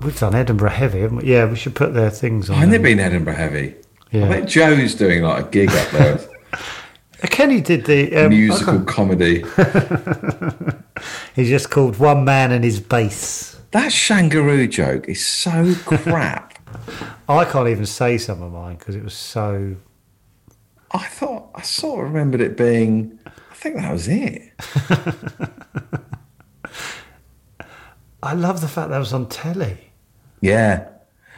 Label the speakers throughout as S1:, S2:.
S1: We've done Edinburgh Heavy, haven't we? Yeah, we should put their things on.
S2: Haven't they been Edinburgh heavy?
S1: Yeah.
S2: I bet Joe's doing like a gig up there,
S1: Uh, Kenny did the
S2: a
S1: um, I
S2: musical
S1: can't-
S2: comedy.
S1: He's just called One Man and His Bass.
S2: That Shangaroo joke is so crap.
S1: I can't even say some of mine because it was so.
S2: I thought I sort of remembered it being. I think that was it.
S1: I love the fact that was on telly.
S2: Yeah,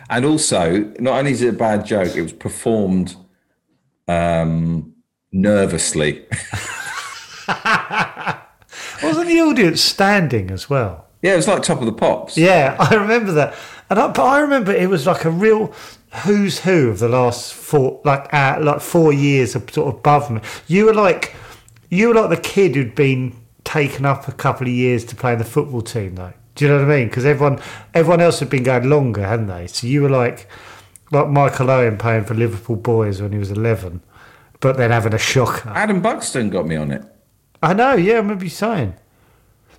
S2: and also not only is it a bad joke, it was performed um, nervously.
S1: Wasn't the audience standing as well?
S2: yeah, it was like Top of the Pops.
S1: Yeah, I remember that. And I, but I remember it was like a real who's who of the last four, like uh, like four years of sort of above me. You were like, you were like the kid who'd been taken up a couple of years to play in the football team, though. Do you know what I mean? Because everyone, everyone else had been going longer, hadn't they? So you were like, like Michael Owen playing for Liverpool boys when he was eleven, but then having a shocker.
S2: Adam Buxton got me on it.
S1: I know, yeah, I remember you saying.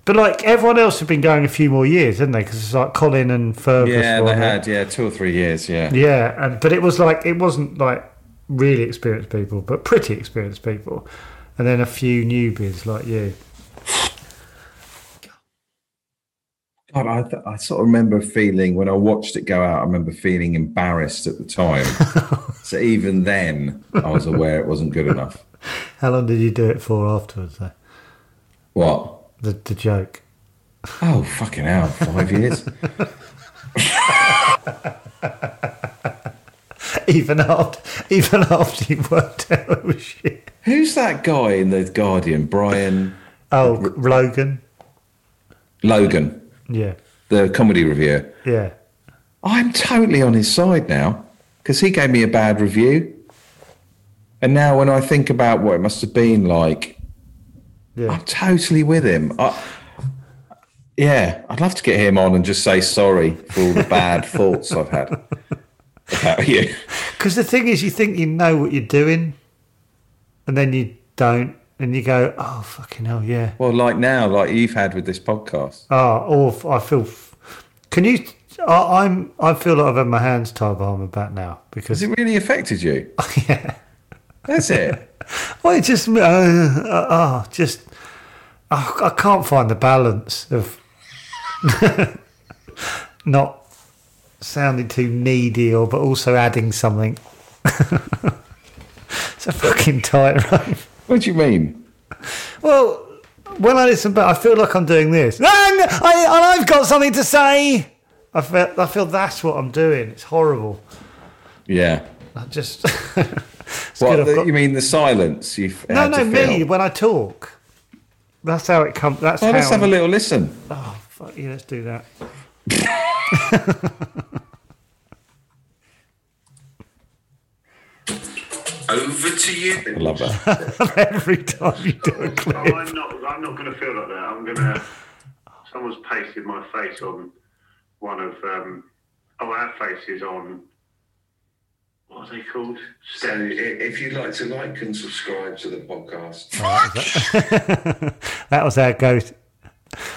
S1: But like everyone else had been going a few more years, hadn't they? Because it's like Colin and Fergus.
S2: Yeah,
S1: were
S2: they
S1: on it.
S2: had yeah two or three years. Yeah,
S1: Yeah, and but it was like it wasn't like really experienced people, but pretty experienced people, and then a few newbies like you.
S2: God, I, th- I sort of remember feeling when I watched it go out. I remember feeling embarrassed at the time. so even then, I was aware it wasn't good enough.
S1: How long did you do it for afterwards? Though?
S2: What?
S1: The the joke.
S2: Oh fucking hell! Five years.
S1: Even after even after you worked out it was shit.
S2: Who's that guy in the Guardian? Brian
S1: Oh, Logan.
S2: Logan.
S1: Yeah,
S2: the comedy review.
S1: yeah.
S2: I'm totally on his side now because he gave me a bad review. And now when I think about what it must have been like,
S1: Yeah.
S2: I'm totally with him. I, yeah, I'd love to get him on and just say sorry for all the bad thoughts I've had about you.
S1: Because the thing is, you think you know what you're doing, and then you don't, and you go, "Oh fucking hell, yeah."
S2: Well, like now, like you've had with this podcast.
S1: Oh, awful. I feel. Can you? I, I'm. I feel like I've had my hands tied behind my back now because.
S2: Has it really affected you?
S1: yeah.
S2: That's it.
S1: Well, it just. Uh, uh, oh, just. I, I can't find the balance of. not sounding too needy or but also adding something. it's a fucking tightrope.
S2: What do you mean?
S1: Well, when I listen back, I feel like I'm doing this. And, I, and I've got something to say. I feel, I feel that's what I'm doing. It's horrible.
S2: Yeah.
S1: I just. it's
S2: What,
S1: good I've
S2: the-
S1: got-
S2: you mean the silence you've
S1: no,
S2: had
S1: no,
S2: to
S1: me
S2: feel?
S1: when I talk. That's how it comes. That's
S2: Well,
S1: how.
S2: let's have a
S1: I'm-
S2: little listen.
S1: oh, fuck you. Let's do that.
S3: Over to you.
S2: I love that.
S1: Every time you do a clip.
S3: Oh, I'm not. I'm not going to feel like that. I'm going to. Someone's pasted my face on one of um, oh our faces on. What are they called?
S4: So i-
S3: Steps.
S4: if you'd like to like and subscribe to the podcast,
S1: That was our go.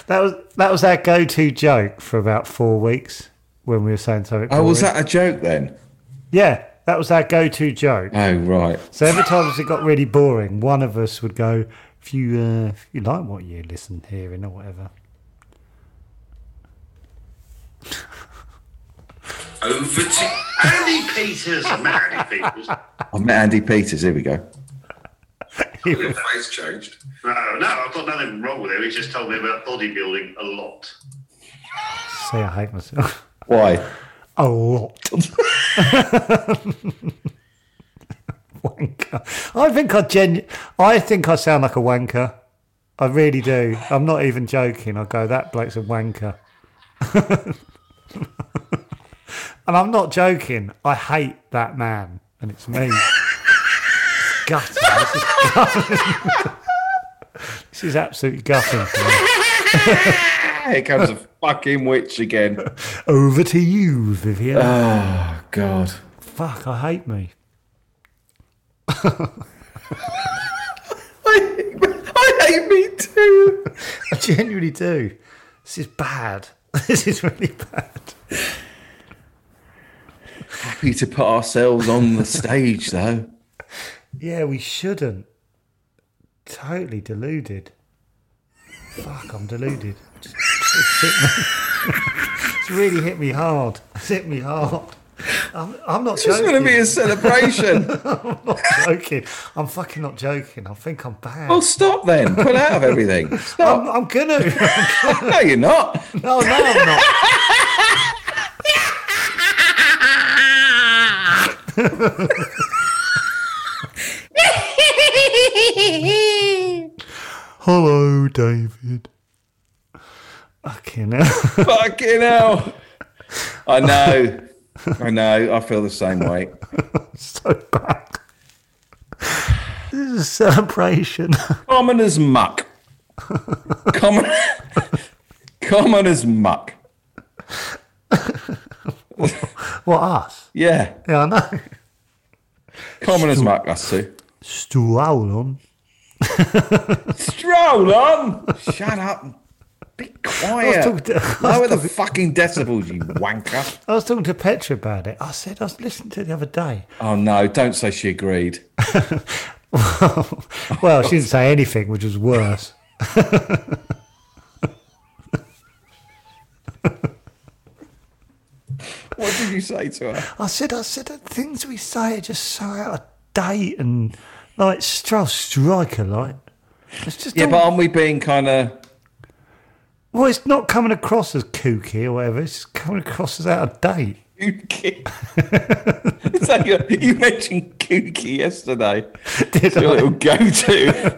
S1: That was that was our go-to joke for about four weeks when we were saying something.
S2: Oh, was
S1: boring.
S2: that a joke then?
S1: Yeah, that was our go-to joke.
S2: Oh right.
S1: So every time it got really boring, one of us would go, "If you uh, if you like what you listen hearing or whatever,
S3: Over to Andy Peters. I met Andy Peters.
S2: I've met Andy Peters. Here we go.
S4: Your face changed.
S3: No, no, I've got nothing wrong with him. He just told me about bodybuilding a lot.
S1: Say I hate myself.
S2: Why?
S1: A lot. wanker. I think I genu- I think I sound like a wanker. I really do. I'm not even joking. I go, that bloke's a wanker. and I'm not joking. I hate that man. And it's me. Gutting. This is, gutting. this is absolutely gutting for me.
S2: Here comes a fucking witch again.
S1: Over to you, Vivian.
S2: Oh God.
S1: Fuck, I hate me.
S2: I hate me too.
S1: I genuinely do. This is bad. This is really bad.
S2: Happy to put ourselves on the stage though.
S1: Yeah, we shouldn't. Totally deluded. Fuck, I'm deluded. It's hit me- it's really hit me hard. It's hit me hard. I'm, I'm not
S2: It's
S1: joking.
S2: going to be a celebration.
S1: joking. I'm fucking not joking. I think I'm bad.
S2: well, stop then. Pull out of everything. Stop.
S1: I'm, I'm gonna.
S2: no, you're not.
S1: Oh, No, no, I'm not. Hello, David. Fucking hell.
S2: Fucking hell. I know. I know. I feel the same way.
S1: so bad. This is a celebration.
S2: Common as muck. Common. Common as muck.
S1: what, us?
S2: Yeah.
S1: Yeah, I know.
S2: Common as muck. That's two.
S1: Strollon.
S2: Stroll on. Shut up. and Be quiet.
S1: talking to-
S2: Lower the fucking decibels, you wanker.
S1: I was talking to Petra about it. I said, I was listening to it the other day.
S2: Oh no! Don't say she agreed.
S1: well, she didn't say anything, which was worse.
S2: What did you say to her?
S1: I said, I said, the things we say are just so out of date and like Strauss striker, like. It's just
S2: Yeah,
S1: all-
S2: but aren't we being kind of?
S1: well, it's not coming across as kooky or whatever. It's coming across as out of date.
S2: You kid. so you, you mentioned kooky yesterday.
S1: Did
S2: Your
S1: I?
S2: little go-to.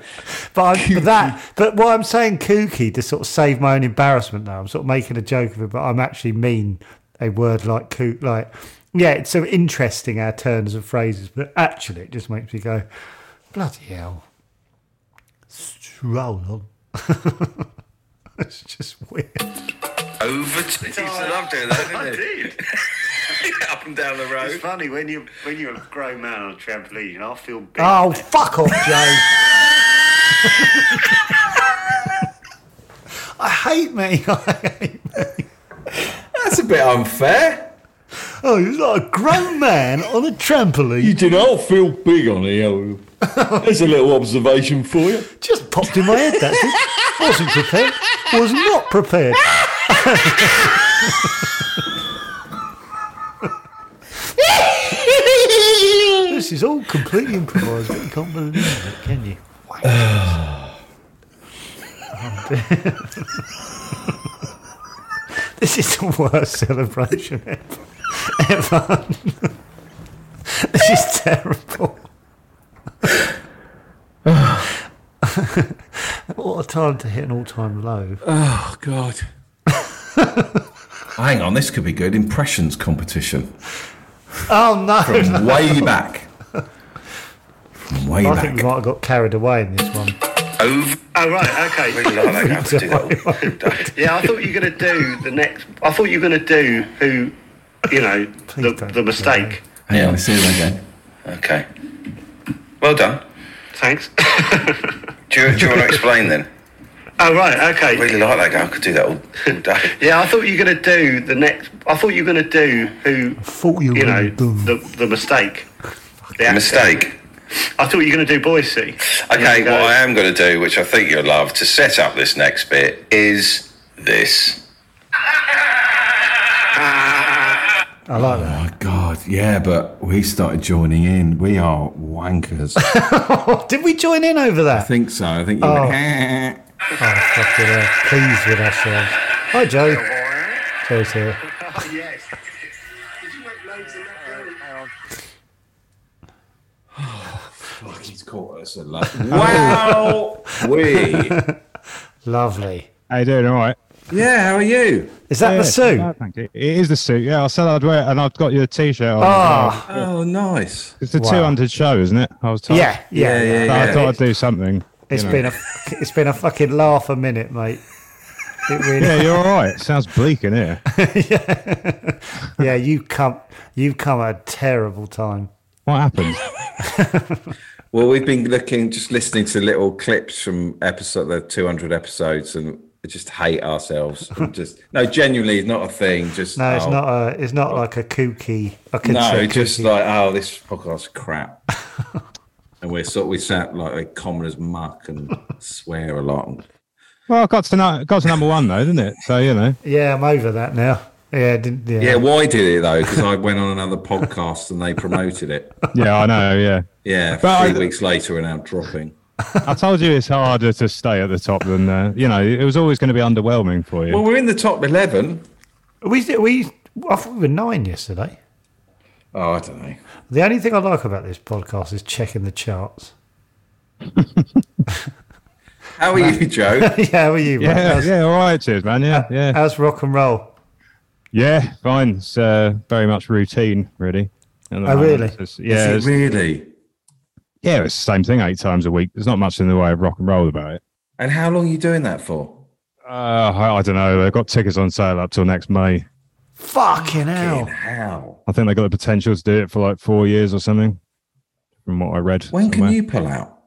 S1: But, I, but that, but what I'm saying, kooky, to sort of save my own embarrassment. Now I'm sort of making a joke of it, but I'm actually mean a word like kook. Like, yeah, it's so interesting our turns and phrases, but actually, it just makes me go, bloody hell, stroll on. it's just weird.
S2: Over to. He loved it,
S3: I did.
S2: Up and down the
S3: It's
S2: road.
S3: funny when you when you're a grown man on a trampoline. and I feel big.
S1: Oh, fuck off, Joe. I hate me. I hate me.
S2: That's a bit unfair.
S1: Oh, you're like a grown man on a trampoline.
S2: You do not feel big on here. There's a little observation for you.
S1: Just popped in my head, that did. Wasn't prepared. Was not prepared. this is all completely improvised, but you can't believe it, can you? Oh, dear. this is the worst celebration ever. ever. this is terrible. What a time to hit an all-time low.
S2: Oh God. Hang on, this could be good. Impressions competition
S1: Oh no!
S2: from way back. From way
S1: I think
S2: back.
S1: we might have got carried away in this one.
S4: Over.
S3: Oh right, okay. yeah, I thought you were going to do the next. I thought you were going to do who, you know,
S1: Please
S3: the,
S1: don't
S3: the
S1: do
S3: mistake.
S2: Hang on, let's see it again.
S4: Okay. Well done.
S3: Thanks.
S4: Do you, do you want to explain then?
S3: oh right, okay.
S4: really like that guy. I could do that all, all day.
S3: Yeah, I thought you were going to do the next. I thought you were going to do who,
S1: Thought you were
S3: you know,
S1: gonna do.
S3: the the mistake. The
S4: A
S3: actor.
S4: mistake.
S3: I thought you were going to do Boise.
S4: Okay,
S3: You go,
S4: what I am going to do, which I think you'll love, to set up this next bit is this.
S1: I like
S2: Oh
S1: that.
S2: my god, yeah, but we started joining in. We are wankers. I
S1: Did we join in over that?
S2: think so. I think you went,
S1: Oh, fucking hell. Pleased with ourselves. Hi, Joe. Joe's here.
S3: yes. Did you make loads of that early?
S2: Fuck, he's caught us and like, wow, we.
S1: Lovely.
S5: How you doing? All right.
S2: Yeah, how are you?
S1: Is that
S5: Yeah,
S1: the suit?
S5: no, thank you. It is the suit. Yeah, I said I'd wear it, and I've got your T-shirt on.
S1: Ah,
S2: Oh, nice.
S5: it's the
S1: wow.
S5: 200 show, isn't it? I was told.
S1: yeah, yeah,
S2: Yeah, yeah,
S5: So
S1: yeah.
S2: yeah.
S5: I thought I'd do something.
S1: It's
S5: you know.
S1: been a, it's been a fucking laugh a minute, mate. It really,
S5: Yeah, you're all right. Sounds bleak in here.
S1: yeah, you come, you come at a terrible time.
S5: What happened?
S2: Well, we've been looking, just listening to little clips from episode the 200 episodes, and just hate ourselves. and just no, genuinely, it's not a thing. Just
S1: No, it's
S2: oh,
S1: not a, it's not like a kooky. I could
S2: No,
S1: say
S2: just
S1: kooky.
S2: like oh, this podcast's crap. and we're sort we sat like a commoner's muck and swear a lot. and-
S5: Well, I got to nu- got to number one though, didn't it? So you know.
S1: yeah, I'm over that now. Yeah, I didn't, yeah.
S2: Yeah, why did it though? Because I went on another podcast and they promoted it.
S5: Yeah, I know. Yeah,
S2: Yeah,
S5: But
S2: three
S5: I-
S2: weeks later and now dropping.
S5: I told you it's harder to stay at the top than uh, you know. It was always going to be underwhelming for you.
S2: Well, we're in the top eleven.
S1: we we I thought we were nine yesterday.
S2: Oh, I don't know.
S1: The only thing I like about this podcast is checking the charts.
S2: How are you, Joe?
S1: yeah, how are you? mate?
S5: yeah,
S1: how's,
S5: yeah. All right, cheers, man.
S1: Uh,
S5: Yeah, yeah.
S1: how's rock and roll?
S5: Yeah, fine. It's uh, very much routine, really. at the moment.
S1: Oh, really?
S5: It's- yeah,
S2: Is
S5: it's,
S2: it really?
S5: yeah, it's the same thing eight times a week. There's not much in the way of rock and roll about it.
S2: And how long are you doing that for?
S5: Uh, I, I don't know. They've got tickets on sale up till next May.
S1: Fucking hell!
S2: Fucking hell.
S5: I think they've got the potential to do it for like four years or something, from what I read.
S2: When can
S5: somewhere.
S2: you pull out?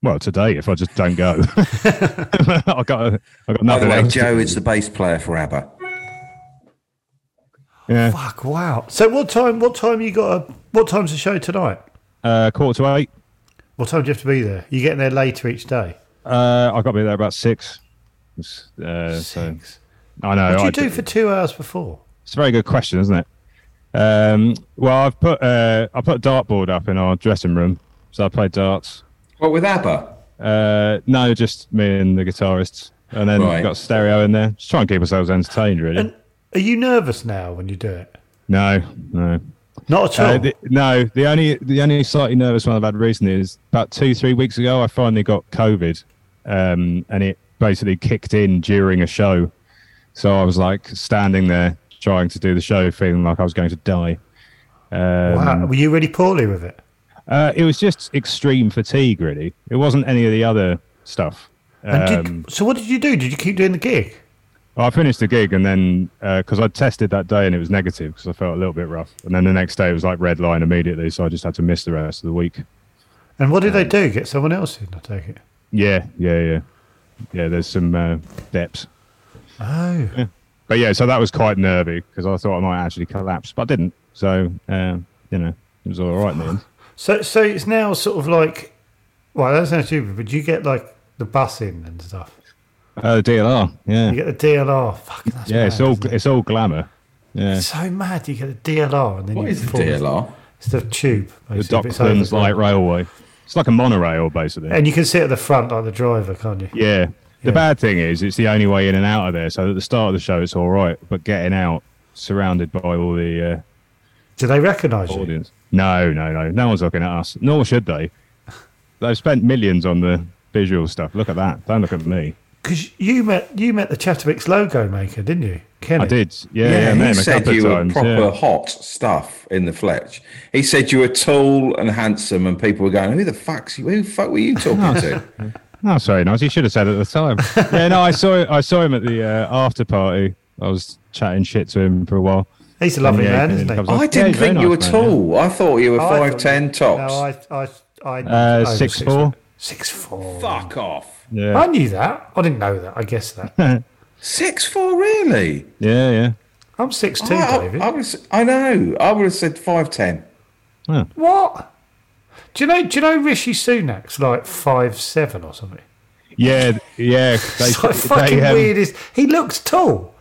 S5: Well, today, if I just don't go, I got I got
S2: By the
S5: nothing.
S2: way,
S5: else to
S2: Joe
S5: do.
S2: is the bass player for ABBA.
S5: yeah,
S1: Fuck! Wow. So what time? What time you got? A, what time's the show tonight?
S5: uh, quarter to eight.
S1: What time do you have to be there? You getting there later each day?
S5: Uh, I got to be there about six. It's, Uh, so I know.
S1: What do
S5: I
S1: you do for two hours before?
S5: It's a very good question, isn't it? Um, well, I've put uh, I put a dartboard up in our dressing room, so I play darts.
S2: What with ABBA?
S5: Uh, no, just me and the guitarists, and then
S2: Right.
S5: got stereo in there. Just try and keep ourselves entertained, really.
S1: Are you nervous now when you do it?
S5: no, no,
S1: Not at all.
S5: uh, the, no. The only the only slightly nervous one I've had recently is about two three weeks ago. I finally got COVID, um, and it basically kicked in during a show. So I was like standing there trying to do the show, feeling like I was going to die. Um,
S1: wow. Were you really poorly with it?
S5: Uh, it was just extreme fatigue, really. It wasn't any of the other stuff.
S1: And did-
S5: Um,
S1: so what did you do? Did you keep doing the gig?
S5: I finished the gig and then because I tested that day and it was negative because I felt a little bit rough. And then the next day it was like red line immediately, so I just had to miss the rest of the week.
S1: And what did
S5: um,
S1: they do? Get someone else in? I take it.
S5: Yeah, yeah, yeah, yeah. There's some uh, depths,
S1: Oh.
S5: but yeah. So that was quite nervy because I thought I might actually collapse, but I didn't. So uh, you know, it was all right in the end.
S1: So so it's now sort of like, well, that sounds stupid, but you get like the bus in and stuff.
S5: Uh, DLR, yeah,
S1: You
S5: yeah.
S1: get the DLR. Fucking that's mad,
S5: it's all
S1: isn't it?
S5: it's all glamour. Yeah,
S1: It's so mad. You get the DLR and then
S2: What
S1: you
S2: is the
S1: fall-
S2: DLR?
S1: It's the tube.
S5: the
S1: basically, it's
S5: Docklands
S1: over-
S5: Light Railway. It's like a monorail, basically.
S1: And you can sit at the front like the driver, can't you?
S5: Yeah.
S1: Yeah.
S5: The bad thing is, it's the only way in and out of there. So at the start of the show, it's all right, but getting out, surrounded by all the
S1: Do they recognise
S5: uh,
S1: you?
S5: audience. No, no, no. No one's looking at us. Nor should they. They've spent millions on the visual stuff. Look at that. Don't look at me.
S1: Because you met you met the Chatterbox logo maker, didn't you, Kenny?
S5: I did. Yeah, yeah,
S2: Yeah,
S5: I
S2: he
S5: met him a
S2: said
S5: couple
S2: you
S5: of
S2: were
S5: times.
S2: proper
S5: yeah.
S2: hot stuff in the Fletch. He said you were tall and handsome, and people were going, "Who the fuck's who the fuck were you talking to?"
S5: No, Oh, sorry, nice. You should have said it at the time. yeah, no, I saw I saw him at the uh, after party. I was chatting shit to him for a while.
S1: He's a lovely
S5: Yeah,
S1: man,
S5: he
S1: isn't he?
S5: comes up-
S2: I
S5: Yeah,
S2: didn't
S5: he's very
S2: think you were
S5: nice man, yeah. Oh,
S2: tall. I thought you were
S1: I thought-
S2: five ten tops.
S1: No, I, I, I
S5: Uh,
S1: over
S5: six four.
S1: Six four.
S2: Fuck off.
S5: Yeah.
S1: I knew that. I didn't know that. I guess that.
S2: Six four, really?
S5: Yeah, yeah.
S1: I'm six two,
S2: I,
S1: David.
S2: I, I was. I know. I would have said five ten.
S1: what? Do you know? Do you know Rishi Sunak's like five seven or something?
S5: Yeah, yeah. They,
S1: It's like
S5: they,
S1: fucking
S5: um,
S1: weirdest. He looks tall.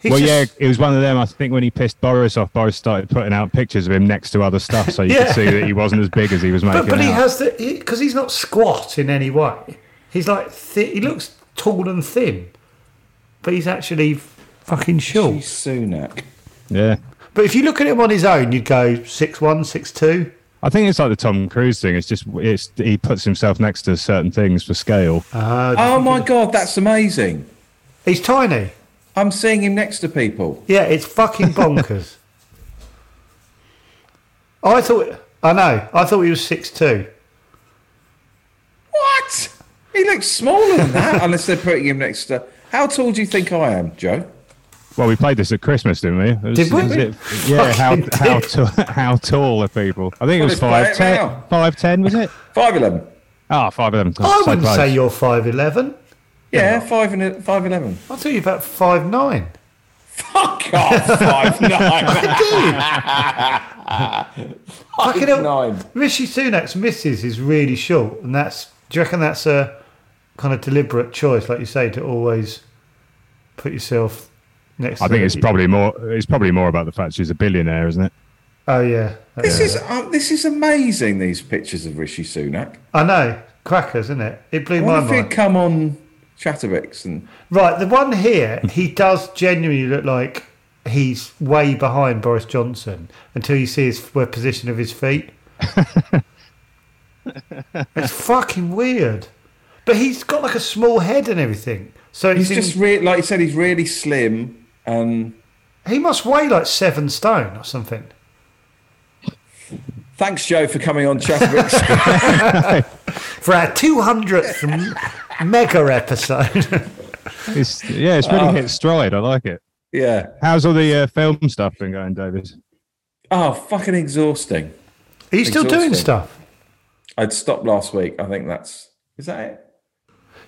S1: He's
S5: well, yeah,
S1: just-
S5: it was one of them. I think when he pissed Boris off, Boris started putting out pictures of him next to other stuff, so you
S1: Yeah.
S5: could see that he wasn't as big as he was making
S1: But, but he
S5: out.
S1: has the because he's not squat in any way. He's like th- he looks tall and thin, but he's actually fucking short.
S2: Rishi Sunak.
S5: yeah,
S1: But if you look at him on his own, you'd go six one, six two.
S5: I think it's like the Tom Cruise thing. It's just it's he puts himself next to certain things for scale.
S2: Oh my God, that's amazing.
S1: He's tiny.
S2: I'm seeing him next to people.
S1: Yeah, it's fucking bonkers. I thought I know. I thought he was six two.
S2: What? He looks smaller than that, unless they're putting him next to. How tall do you think I am, Joe?
S5: Well, we played this at Christmas, didn't we? It was-
S1: Did we?
S5: it was it- yeah. How
S1: Fucking
S5: how,
S1: did.
S5: t- how tall are people? I think
S2: Well,
S5: it
S2: let's
S5: was
S2: play it
S5: five ten.
S2: now.
S5: Five ten was it?
S2: Five eleven.
S5: Ah, oh, five eleven.
S1: I
S5: so
S1: wouldn't
S5: close.
S1: say you're five eleven.
S2: Yeah, five and five eleven.
S1: I thought you were about five nine.
S2: Fuck off, five nine.
S1: Fucking hell.
S2: nine.
S1: Rishi Sunak's misses is really short, and that's. Do you reckon that's a kind of deliberate choice, like you say, to always put yourself next?
S5: I
S1: to
S5: think it's probably more. It's probably more about the fact she's a billionaire, isn't it?
S1: Oh yeah,
S2: This is uh, this is amazing. These pictures of Rishi Sunak.
S1: I know crackers, isn't it? It blew my
S2: What if
S1: mind.
S2: he'd come on Chatterbox and
S1: Right, the one here, he does genuinely look like he's way behind Boris Johnson until you see his where position of his feet. it's fucking weird, but he's got like a small head and everything. So
S2: he's
S1: it's in-
S2: just re- like you said, he's really slim and
S1: He must weigh like seven stone or something.
S2: Thanks, Joe, for coming on Chatterbox.
S1: For our 200th m- mega episode.
S5: It's yeah. It's
S1: Uh,
S5: really hit stride. I like it.
S2: yeah.
S5: How's all the uh, film stuff been going, David?
S2: Oh, fucking exhausting.
S1: Are you still doing
S2: Exhausting.
S1: stuff?
S2: I'd stopped last week. I think that's. Is that it?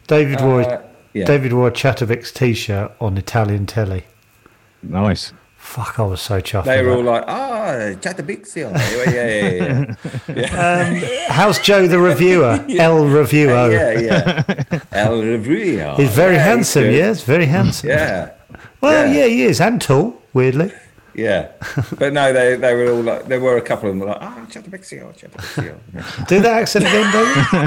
S1: David wore,
S2: Uh, yeah.
S1: David wore a Chattervix t shirt on Italian telly.
S5: Nice.
S1: Fuck, I was so chuffed.
S2: They were all
S1: with
S2: like, ah, oh, Chatterbixy on there. Yeah, yeah, yeah. yeah.
S1: that. How's Joe the reviewer? L reviewer.
S2: yeah, yeah. El Rubio.
S1: Oh. He's very
S2: Yeah,
S1: handsome,
S2: good.
S1: yes, very handsome.
S2: Yeah,
S1: well,
S2: yeah.
S1: yeah. he is, and tall, weirdly.
S2: yeah. But no, they, they were all like, there were a couple of them were like, ah, oh, Chatterbixio, Chatterbixio,
S1: Do that accent again,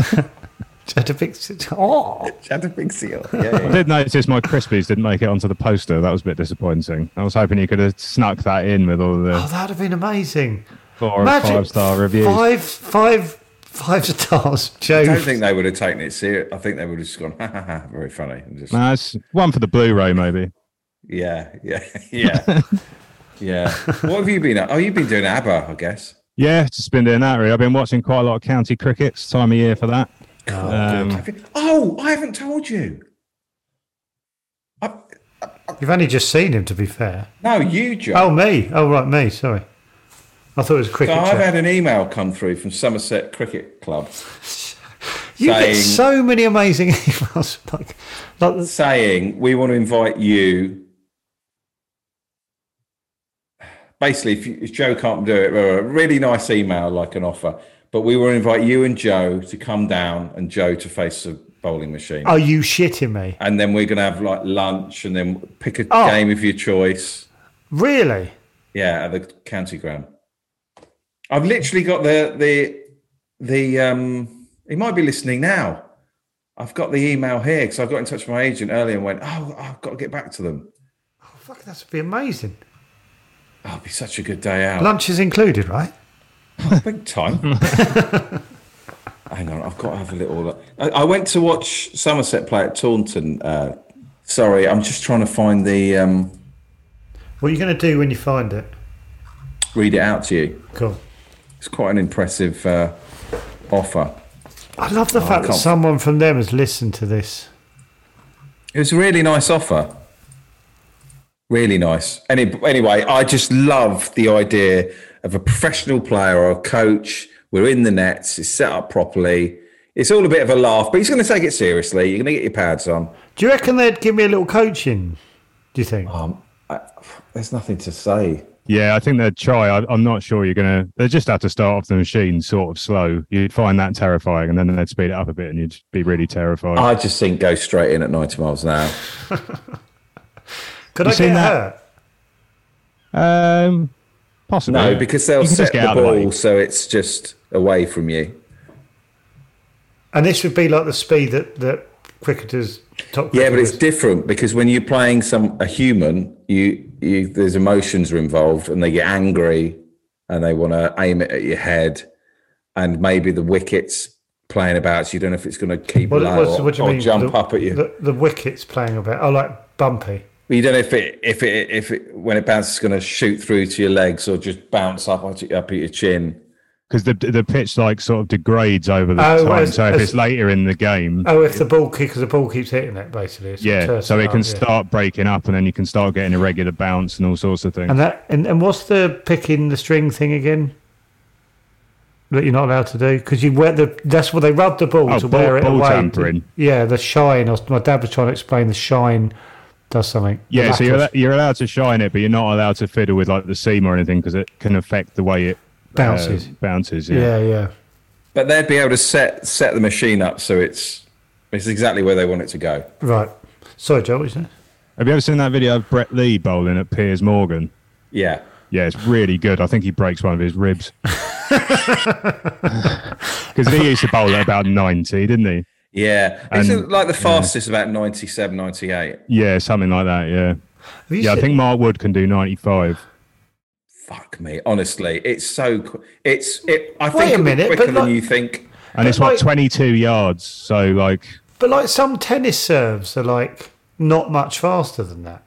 S1: David. Chattervix. Oh.
S2: Chatterbixio. Yeah,
S5: I
S2: yeah.
S5: did notice my crispies didn't make it onto the poster. That was a bit disappointing. I was hoping you could have snuck that in with all
S1: Oh,
S5: the
S1: that'd have been amazing.
S5: four or
S1: Imagine
S5: five star reviews.
S1: Five, five, five stars.
S2: I
S1: Joe.
S2: don't think they would have taken it serious. I think they would have just gone, ha ha ha, very funny. And just,
S5: No, it's one for the Blu-ray maybe.
S2: yeah, yeah, yeah, yeah. What have you been at? Oh, you've been doing ABBA, I guess.
S5: Yeah, just been doing that really. I've been watching quite a lot of county cricket. It's time of year for that.
S1: Mm.
S5: Um,
S2: Have you- Oh, I haven't told you.
S1: You've only just seen him, to be fair.
S2: No, you, Joe.
S1: Oh, me. Oh, right, me. Sorry. I thought it was a
S2: So
S1: cricket.
S2: I've
S1: chat.
S2: had an email come through from Somerset Cricket Club
S1: you get
S2: saying-
S1: so many amazing emails. Like, like this-
S2: saying we want to invite you. Basically, if, you, if Joe can't do it, a really nice email like an offer, but we will invite you and Joe to come down and Joe to face the bowling machine,
S1: are you shitting me?
S2: and then we're going to have like lunch and then pick a
S1: Oh.
S2: game of your choice.
S1: Really?
S2: Yeah, at the county ground. I've literally got the the the um he might be listening now. I've got the email here because I got in touch with my agent earlier and went, Oh, I've got to get back to them.
S1: Oh, fuck, that would be amazing.
S2: Oh, it'll be such a good day out.
S1: Lunch is included, right?
S2: Big time. Hang on, I've got to have a little look. I, I went to watch Somerset play at Taunton. Uh, sorry, I'm just trying to find the um
S1: What are you going to do when you find it?
S2: read it out to you.
S1: Cool.
S2: It's quite an impressive uh, offer.
S1: I love the
S2: I
S1: fact that
S2: Oh, can't-
S1: someone from them has listened to this.
S2: It was a really nice offer. Really nice. Any, anyway, I just love the idea of a professional player or a coach. We're in the nets, it's set up properly. It's all a bit of a laugh, but he's going to take it seriously. You're going to get your pads on.
S1: Do you reckon they'd give me a little coaching? Do you
S5: Oh,
S1: think?
S2: Um, I, there's nothing to say.
S5: yeah, I think they'd try. I, I'm not sure you're gonna. They just have to start off the machine sort of slow. You'd find that terrifying, and then they'd speed it up a bit, and you'd be really terrified.
S2: I just think go straight in at 90 miles an hour.
S1: Could I
S5: You
S1: get
S5: seen that?
S1: hurt?
S5: Um, possibly.
S2: Uh, No, because they'll
S5: You can
S2: set
S5: just get
S2: the
S5: out of the way.
S2: ball so it's just away from you.
S1: And this would be like the speed that that cricketers top.
S2: Yeah, but it's
S1: cricketers-
S2: different because when you're playing some a human, you, you there's emotions are involved and they get angry and they want to aim it at your head and maybe the wickets playing about so you don't know if it's going to keep
S1: What,
S2: low
S1: what's-
S2: or,
S1: what do you
S2: or
S1: mean?
S2: jump
S1: the,
S2: up at you.
S1: The, the wicket's playing about. Oh, like bumpy.
S2: you don't know if it if it if it when it bounces, it's going to shoot through to your legs or just bounce up at- up at your chin.
S5: because the the pitch like sort of degrades over the
S1: Oh,
S5: time.
S1: as-
S5: so if
S1: as-
S5: it's later in the game,
S1: Oh, if the ball because the ball keeps hitting it, basically. It's
S5: yeah,
S1: turns
S5: so it
S1: up,
S5: can
S1: yeah.
S5: start breaking up, and then you can start getting irregular bounce and all sorts of things.
S1: And that and, and what's the picking the string thing again? That you're not allowed to do because you wear the that's what they rub the ball
S5: Oh,
S1: to
S5: ball-
S1: wear it
S5: ball
S1: away.
S5: tampering.
S1: Yeah, the shine. I was- My dad was trying to explain the shine does something. The
S5: yeah, so you're,
S1: lateral
S5: al- you're allowed to shine it, but you're not allowed to fiddle with like the seam or anything because it can affect the way it uh,
S1: bounces.
S5: bounces,
S1: yeah,
S5: yeah.
S1: yeah.
S2: But they'd be able to set set the machine up so it's it's exactly where they want it to go.
S1: Right. Sorry, Joe. What you saying?
S5: Have you ever seen that video of Brett Lee bowling at Piers Morgan?
S2: Yeah.
S5: Yeah, it's really good. I think he breaks one of his ribs. Because he used to bowl at about 90, didn't he?
S2: Yeah.
S5: And-
S2: Isn't like the fastest about 97, 98?
S5: Yeah, something like that, yeah.
S1: Have you
S5: Yeah, I
S1: seen-
S5: think Mark Wood can do 95.
S2: Fuck me. Honestly, it's so qu- it's it I
S1: Wait a
S2: think it'll be
S1: minute,
S2: quicker
S1: but
S2: than
S1: like-
S2: you think.
S5: And it's
S1: But,
S5: like
S1: like-
S5: 22 yards. So, like,
S1: But like some tennis serves are like not much faster than that.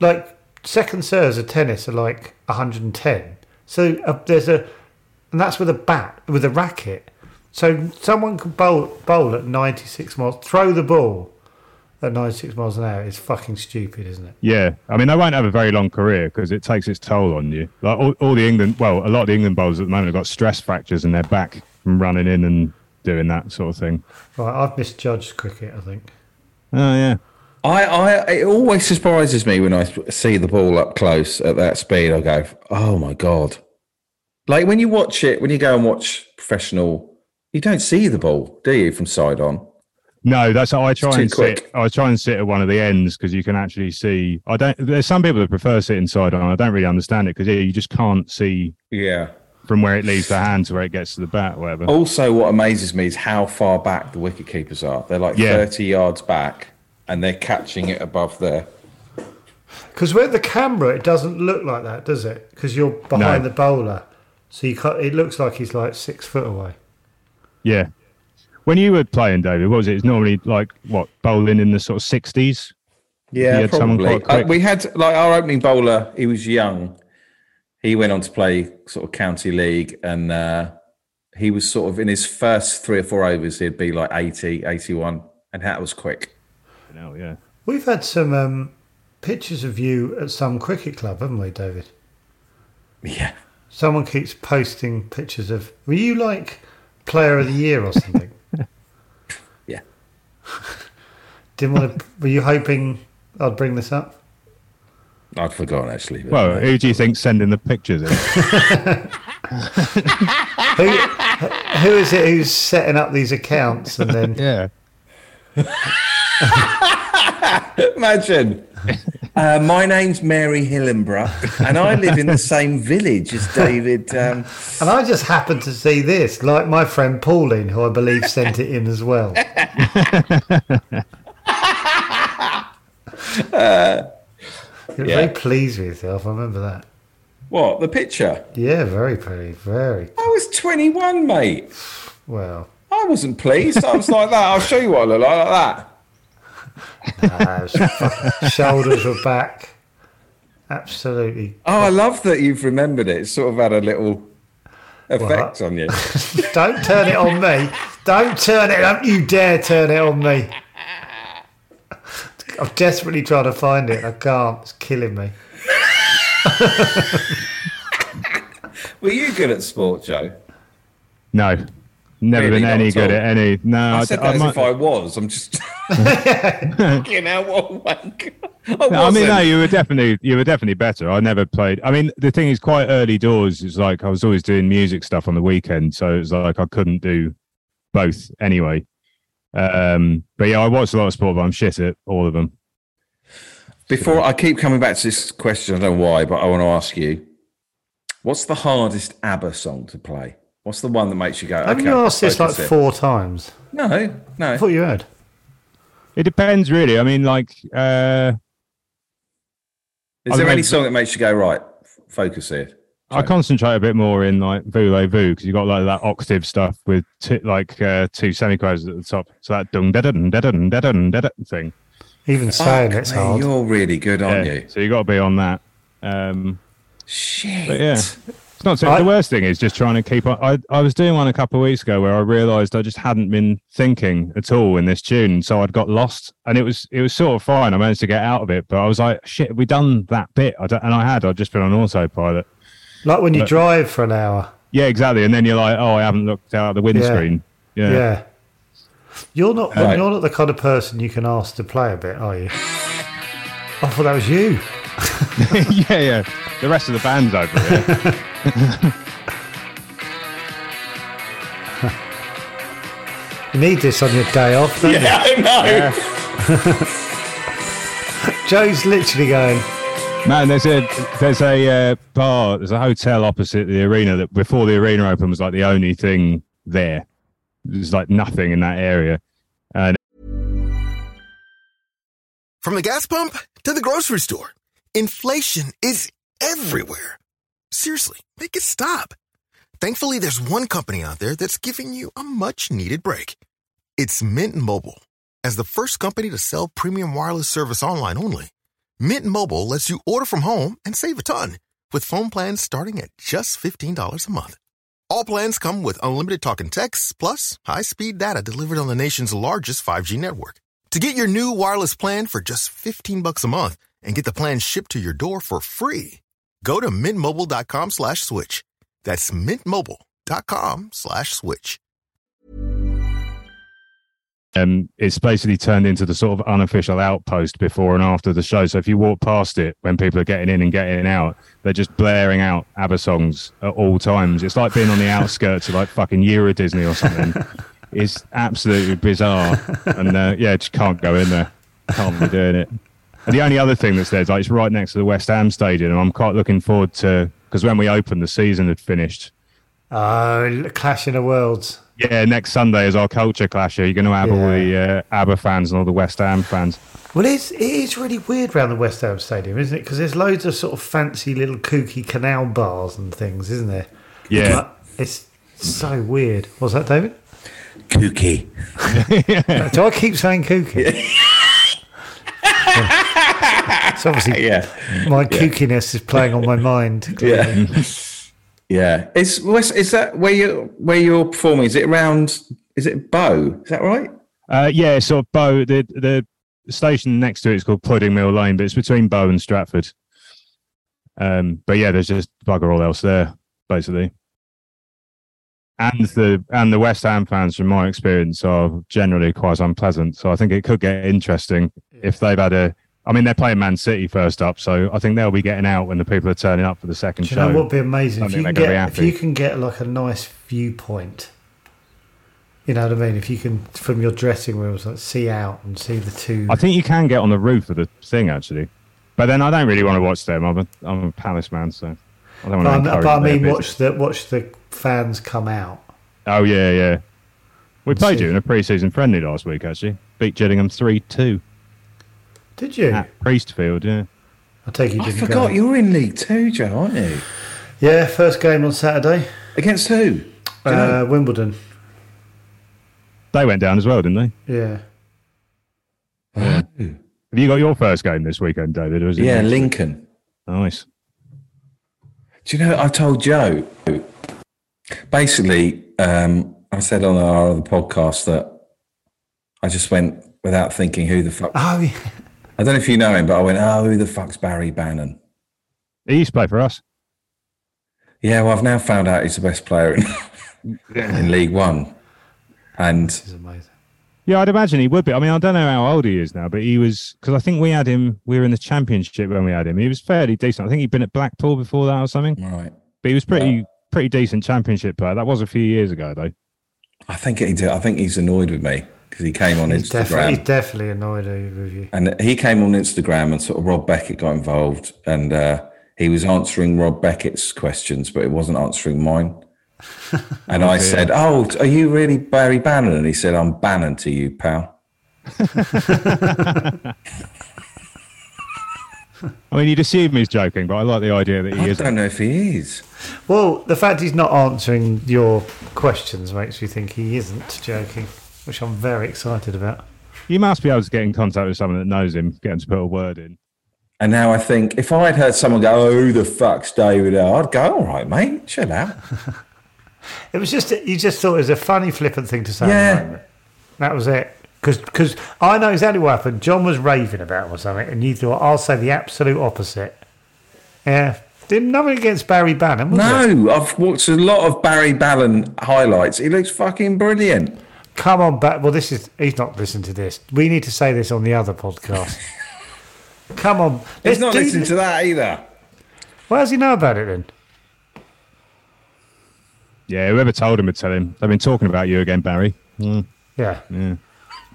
S1: Like second serves of tennis are like 110. So uh, there's a, and that's with a bat with a racket. So someone can bowl bowl at 96 miles, throw the ball at 96 miles an hour. It's fucking stupid, isn't it?
S5: yeah. I mean, they won't have a very long career because it takes its toll on you. Like, all, all the England, well, a lot of the England bowlers at the moment have got stress fractures in their back from running in and doing that sort of thing.
S1: Right, I've misjudged cricket. I think.
S5: Oh, yeah.
S2: I, I it always surprises me when I s- see the ball up close at that speed. I go, oh my god! Like when you watch it, when you go and watch professional, you don't see the ball, do you, from side on?
S5: No, that's how I try
S2: too
S5: and
S2: quick.
S5: sit. I try and sit at one of the ends because you can actually see. I don't. There's some people that prefer sitting side on. I don't really understand it because you just can't see
S2: Yeah.
S5: from where it leaves the hand to where it gets to the bat, or whatever.
S2: Also, what amazes me is how far back the wicket keepers are. They're like
S5: Yeah.
S2: 30 yards back and they're catching it above there.
S1: Because with the camera, it doesn't look like that, does it? Because you're behind
S5: No.
S1: the bowler, so you can't, it looks like he's like six foot away.
S5: Yeah. When you were playing, David, what was it? It's normally like what bowling in the sort of sixties.
S2: Yeah,
S5: had someone
S2: probably.
S5: quite quick.
S2: Uh, we had like our opening bowler, he was young. He went on to play sort of county league and uh, he was sort of in his first three or four overs, he'd be like 80, 81. And that was quick.
S5: No, yeah.
S1: We've had some um, pictures of you at some cricket club, haven't we, David?
S2: Yeah.
S1: Someone keeps posting pictures of. Were you like player of the year or something?
S2: Yeah.
S1: Didn't want to. Were you hoping I'd bring this up?
S2: I'd forgotten actually. but- uh,
S5: Well, uh, who do you think's sending the pictures? In?
S1: Who, who is it who's setting up these accounts and then?
S5: yeah.
S2: Imagine. Uh, my name's Mary Hillenbrook, and I live in the same village as David. Um,
S1: And I just happened to see this, like my friend Pauline, who I believe sent it in as well. You're very
S2: yeah.
S1: pleased with yourself. I remember that.
S2: what the picture?
S1: Yeah, very pretty, very
S2: I was 21, mate.
S1: well.
S2: I wasn't pleased. I was like that. I'll show you what I look like, like that.
S1: Ah, it was- shoulders were back. Absolutely.
S2: Oh, I love that you've remembered it. It's sort of had a little effect on you.
S1: Don't turn it on me. Don't turn it. Don't you dare turn it on me. I'm desperately trying to find it. I can't. It's killing me.
S2: Were you good at sport, Joe?
S5: No. Never
S2: Really
S5: been
S2: not
S5: any
S2: at
S5: good
S2: all.
S5: at any. No,
S2: I said that as
S5: might-
S2: if I was. I'm just. Fucking hell, what a wanker. I,
S5: No, I mean,
S2: wasn't.
S5: no, you were definitely you were definitely better. I never played. I mean, the thing is, quite early doors is like I was always doing music stuff on the weekend, so it's like I couldn't do both anyway. Um, but yeah, I watched a lot of sport, but I'm shit at all of them.
S2: Before I keep coming back to this question, I don't know why, but I want to ask you: What's the hardest ABBA song to play? What's the one that makes you go?
S1: Haven't
S2: okay,
S1: you
S2: I
S1: asked this like
S2: suppose that's it.
S1: four times?
S2: No,
S1: I
S2: no.
S1: thought you had.
S5: It depends, really. I mean, like, uh,
S2: Is there any
S5: I've-
S2: song that makes you go right? f- Focus here.
S5: I concentrate a bit more in like voulez vous because you got like that octave stuff with two, like uh, two semiquavers at the top. So that dung da dun da dun da dun da dun thing.
S1: Even saying
S2: Fuck
S1: it's
S2: me,
S1: hard.
S2: You're really good, aren't
S5: Yeah,
S2: you?
S5: So you got to be on that. Um,
S2: Shit.
S5: but yeah, it's not so,
S1: I-
S5: the worst thing is just trying to keep on. I, I was doing one a couple of weeks ago where I realised I just hadn't been thinking at all in this tune, so I'd got lost, and it was it was sort of fine. I managed to get out of it, but I was like, shit, have we done that bit? I don't, and I had. I'd just been on autopilot.
S1: Like when you
S5: But-
S1: drive for an hour.
S5: Yeah, exactly. And then you're like, oh, I haven't looked out the windscreen.
S1: Yeah.
S5: Yeah.
S1: You're not
S2: Right.
S1: you're not the kind of person you can ask to play a bit, are you? I thought that was you.
S5: yeah, yeah. The rest of the band's over here.
S1: You need this on your day off, don't
S2: Yeah, I know.
S1: you? Joe's literally going,
S5: Man, there's a there's a uh, bar, there's a hotel opposite the arena that before the arena opened was like the only thing there. There's like nothing in that area.
S6: From the gas pump to the grocery store, inflation is everywhere. Seriously, make it stop. Thankfully, there's one company out there that's giving you a much needed break. It's Mint Mobile. As the first company to sell premium wireless service online only, Mint Mobile lets you order from home and save a ton with phone plans starting at just $15 a month. All plans come with unlimited talk and text, plus high-speed data delivered on the nation's largest 5G network. To get your new wireless plan for just 15 bucks a month and get the plan shipped to your door for free, go to mintmobile.com slash switch. That's mintmobile.com slash switch.
S5: Um, it's basically turned into the sort of unofficial outpost before and after the show. So if you walk past it when people are getting in and getting out, they're just blaring out ABBA songs at all times. It's like being on the outskirts of like fucking Euro Disney or something. It's absolutely bizarre, and uh, yeah, just can't go in there. Can't be doing it. And the only other thing that's there is like it's right next to the West Ham stadium, and I'm quite looking forward to because when we opened, the season had finished.
S1: Oh, clashing of worlds.
S5: Yeah, next Sunday is our culture clash. You're going to have all the uh, ABBA fans and all the West Ham fans.
S1: Well, it's, it is really weird round the West Ham Stadium, isn't it? Because there's loads of sort of fancy little kooky canal bars and things, isn't there?
S5: Yeah.
S1: Like, it's so weird. What's that, David?
S2: Kooky.
S1: Do I keep saying kooky? it's obviously
S2: Yeah,
S1: my kookiness is playing on my mind.
S2: yeah, yeah. Is what's- is that where you where you're performing? Is it around? Is it Bow? Is that right?
S5: Uh, yeah, sort of Bow. The the station next to it is called Pudding Mill Lane, but it's between Bow and Stratford. Um, but yeah, there's just bugger all else there, basically. And the and the West Ham fans, from my experience, are generally quite unpleasant. So I think it could get interesting if they've had a. I mean, they're playing Man City first up, so I think they'll be getting out when the people are turning up for the second
S1: Do you
S5: show.
S1: know what would be amazing if
S5: Something
S1: you, can
S5: they're gonna
S1: get,
S5: be
S1: if
S5: happy.
S1: you can get like a nice viewpoint? You know what I mean? If you can, from your dressing rooms, like see out and see the two.
S5: I think you can get on the roof of the thing actually, but then I don't really want to watch them. I'm a, I'm a Palace man, so I don't want
S1: but, I-
S5: to. encourage
S1: but I
S5: their
S1: mean,
S5: business.
S1: watch the watch the fans come out.
S5: Oh yeah, yeah. We played
S1: see.
S5: you in a pre-season friendly last week. Actually, beat Gillingham three-two
S1: Did you?
S5: at Priestfield. Yeah,
S1: I take you
S2: I
S1: didn't go.
S2: forgot you're in League Two, Joe, aren't you?
S1: Yeah, first game on Saturday,
S2: Against who?
S1: uh, Wimbledon.
S5: they went down as well, didn't they?
S1: Yeah.
S5: Have you got your first game this weekend, David? Or is it
S2: Yeah,
S5: next-
S2: Lincoln.
S5: nice.
S2: Do you know? I told Joe. Basically, um, I said on our other podcast that I just went without thinking who the fuck.
S1: Oh, yeah.
S2: I don't know if you know him, but I went, oh, who the fuck's Barry Bannon?
S5: He used to play for us.
S2: Yeah, well, I've now found out he's the best player in, in League One. And
S1: This is amazing.
S5: Yeah, I'd imagine he would be. I mean, I don't know how old he is now, but he was because I think we had him. We were in the championship when we had him. He was fairly decent. I think he'd been at Blackpool before that or something.
S2: right,
S5: But he was pretty pretty decent championship player. That was a few years ago though.
S2: I think he did. I think he's annoyed with me because he came on
S1: He's, defi- he's
S2: Instagram
S1: definitely annoyed with you.
S2: and he came on Instagram and sort of Rob Beckett got involved and uh, he was answering Rob Beckett's questions, but it wasn't answering mine. And I said, "Oh, t- are you really Barry Bannon?" And he said, "I'm Bannon to you, pal."
S5: I mean, you'd assume he's joking, but I like the idea that he
S2: I
S5: is.
S2: don't know if he is.
S1: Well, the fact he's not answering your questions makes me think he isn't joking, which I'm very excited about.
S5: You must be able to get in contact with someone that knows him, get him to put a word in.
S2: And now I think if I'd heard someone go, "Oh, who the fuck's David?" L?" I'd go, "All right, mate, chill out."
S1: It was just you just thought it was a funny, flippant thing to say. at the
S2: Yeah.
S1: moment. that was it. Because I know exactly what happened. John was raving about or something, and you thought I'll say the absolute opposite. Yeah, didn't nothing against Barry Bannon. Was it?
S2: No, I've watched a lot of Barry Bannon highlights. He looks fucking brilliant.
S1: come on back. Well, this is he's not listening to this. We need to say this on the other podcast. come on,
S2: He's
S1: let's
S2: not
S1: do
S2: listening
S1: this.
S2: to that either.
S1: Well, how does he know about it then?
S5: Yeah, whoever told him would tell him. They've been talking about you again, Barry.
S1: Yeah.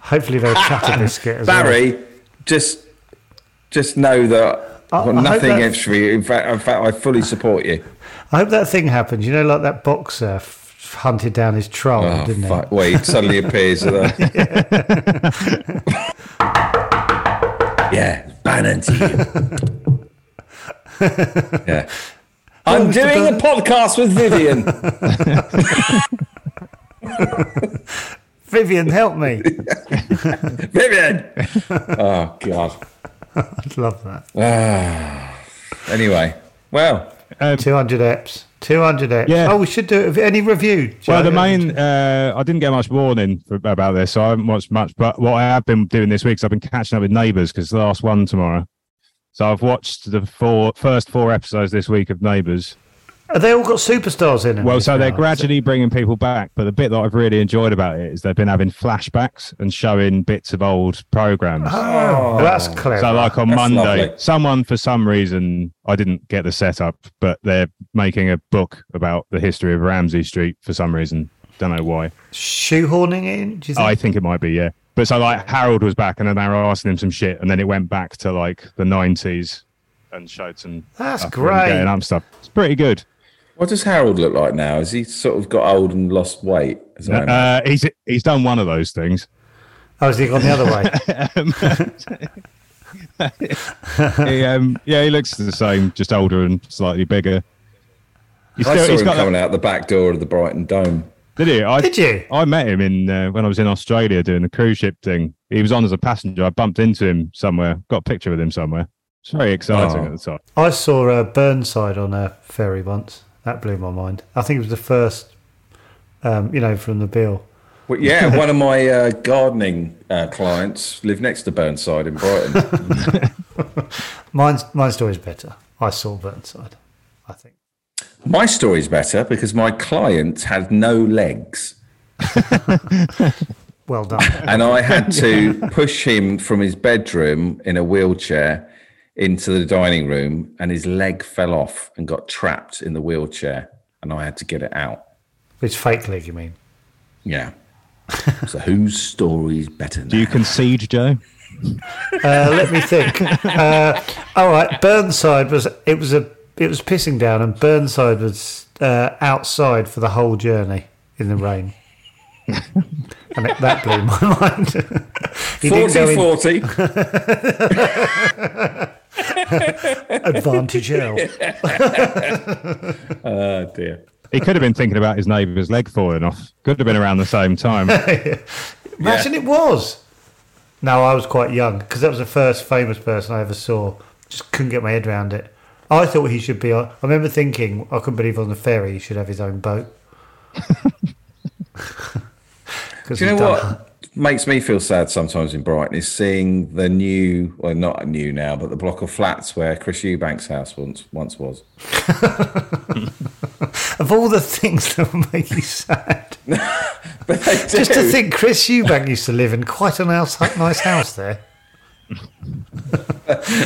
S1: Hopefully they'll cut a biscuit as well.
S2: Mm. Barry, just just know that
S1: I- I
S2: I've got
S1: hope
S2: nothing
S1: that-
S2: against you. In fact, in fact, I fully support you.
S1: I hope that thing happens. You know, like that boxer f- hunted down his troll,
S2: Oh,
S1: didn't
S2: fuck. Wait, it suddenly appears. at the- yeah, Bannon to you. yeah. I'm
S1: Mr.
S2: doing a
S1: Bannon.
S2: podcast with Vivian.
S1: he? Vivian, help me.
S2: Vivian! Oh, God. Ah.
S1: I'd love that.
S2: Anyway, well,
S1: 200 eps. 200 eps.
S5: Um, Yeah.
S1: Oh, we should do it. Any review? Joe?
S5: Well, the main, uh, I didn't get much warning for, about this, so I haven't watched much. But what I have been doing this week is I've been catching up with Neighbours because the last one tomorrow. So I've watched the four first four episodes this week of Neighbours.
S1: Have they all got superstars in them?
S5: Well, so they're
S1: Oh,
S5: gradually bringing people back, but the bit that I've really enjoyed about it is they've been having flashbacks and showing bits of old programs.
S1: Oh, that's clever.
S5: So, like on
S2: Ah, That's
S5: Monday,
S2: lovely.
S5: someone for some reason I didn't get the setup, but they're making a book about the history of Ramsey Street for some reason. Don't know why.
S1: Shoehorning it in? Do you think?
S5: I think it might be, yeah. But so like Harold was back, and then they were asking him some shit, and then it went back to like the nineties and showed some.
S1: That's
S5: stuff and
S1: great.
S5: Getting up stuff. It's pretty good.
S2: what does Harold look like now? Has he sort of got old and lost weight? As I know?
S5: Uh, he's he's done one of those things.
S1: I was thinking on the other way.
S5: He, um, yeah, he looks the same, just older and slightly bigger. He's
S2: I
S5: still-
S2: saw
S5: he's
S2: him
S5: got that-
S2: coming out the back door of the Brighton Dome.
S5: Did you? I,
S1: Did you?
S5: I met him in uh, when I was in Australia doing the cruise ship thing. He was on as a passenger. I bumped into him somewhere. Got a picture with him somewhere. It's very exciting
S2: Oh.
S5: at the time.
S1: I saw uh, Burnside on a ferry once. That blew my mind. I think it was the first, um, you know, from the bill.
S2: Well, yeah, one of my uh, gardening uh, clients lived next to Burnside in Brighton.
S1: Mine's, my story's better. I saw Burnside, I think.
S2: my story's better because my client had no legs,
S1: Well done.
S2: and I had to push him from his bedroom in a wheelchair into the dining room, and his leg fell off and got trapped in the wheelchair, and I had to get it out.
S1: it's fake leg, you mean?
S2: Yeah. So whose story's better?
S5: Do you
S2: now?
S5: concede, Joe?
S1: Uh, let me think. Uh, all right, Burnside was it was a it was pissing down, and Burnside was uh, outside for the whole journey in the rain, and it, that blew my mind. he didn't go
S2: 40
S1: in
S2: 40.
S1: advantage L.
S2: Oh, dear.
S5: He could have been thinking about his neighbour's leg falling off. Could have been around the same time.
S1: Imagine it was. No, I was quite young because that was the first famous person I ever saw. Just couldn't get my head around it. I thought he should be on. I remember thinking, I couldn't believe on the ferry he should have his own boat. Because
S2: Do you know what makes me feel sad sometimes in Brighton is seeing the new, well, not new now, but the block of flats where Chris Eubanks' house once once was.
S1: Of all the things that would make you sad,
S2: But they
S1: just to
S2: do.
S1: think Chris Eubank used to live in quite a nice, nice house there.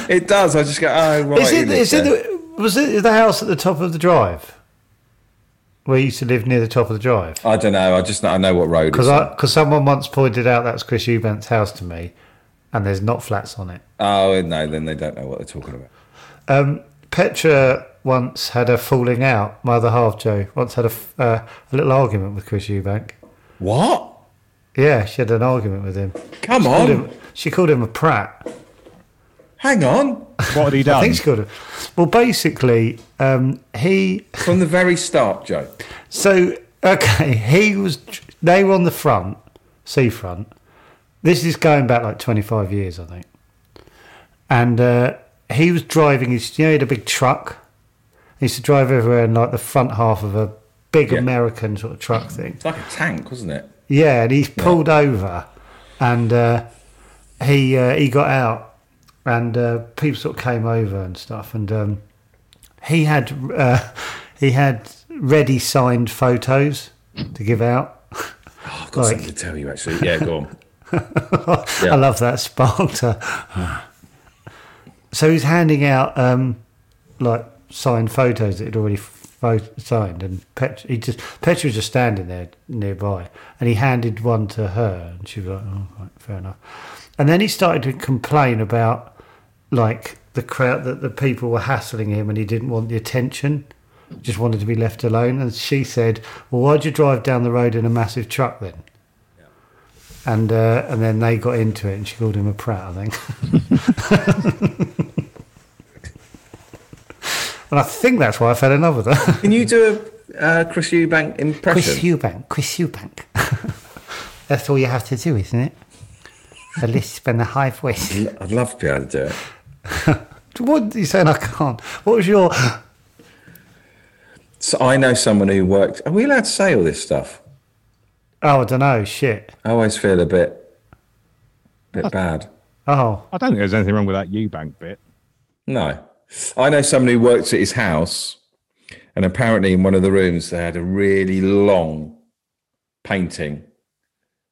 S2: it does. I just go, oh right.
S1: Is
S2: you
S1: it?
S2: live
S1: Is it?
S2: there.
S1: The, was it the house at the top of the drive? where you used to live near the top of the drive?
S2: I don't know. I just I know what road.
S1: Because
S2: it's
S1: because someone once pointed out that's Chris Eubank's house to me, and there's not flats on it.
S2: Oh no, then they don't know what they're talking about.
S1: Petra once had a falling out. My other half, Joe, once had a, f- uh, a little argument with Chris Eubank.
S2: What?
S1: Yeah, she had an argument with him.
S2: Come
S1: Called
S2: on,
S1: him- She called him a prat.
S2: hang on.
S5: What had he done?
S1: I think she called him. Well, basically, um, he.
S2: From the very start, Joe.
S1: So okay, he was. They were on the front, seafront. This is going back like twenty five years, I think. And uh, he was driving his. You know, he had a big truck. He used to drive everywhere in like the front half of a big
S2: Yeah.
S1: American sort of truck thing.
S2: It's like a tank, wasn't it?
S1: Yeah, and he pulled over, and uh, he uh, he got out, and uh, people sort of came over and stuff, and um, he had uh, he had ready signed photos to give out.
S2: I've got something to tell you actually. Yeah, go on. Yeah.
S1: I love that sparkler. so he's handing out um, like signed photos that he'd already pho- signed, and Pet- he just Petra was just standing there nearby, and he handed one to her, and she was like, "Oh, right, fair enough." And then he started to complain about like the crowd that the people were hassling him, and he didn't want the attention. Just wanted to be left alone, and she said, "Well, why'd you drive down the road in a massive truck then?" and uh, and then they got into it, and she called him a prat, I think. and I think that's why I fell in love with her.
S2: Can you do a uh, Chris Eubank impression?
S1: Chris Eubank, Chris Eubank. that's all you have to do, isn't it? A lisp and a high voice.
S2: I'd love to be able to do it.
S1: What are you saying? I can't. What was your? oh,
S2: So I know someone who worked. Are we allowed to say all this stuff?
S1: Oh, I don't know. Shit.
S2: I always feel a bit, bit bad.
S1: Oh,
S5: I don't think there's anything wrong with that Eubank bit.
S2: No. I know someone who worked at his house, and apparently in one of the rooms they had a really long painting,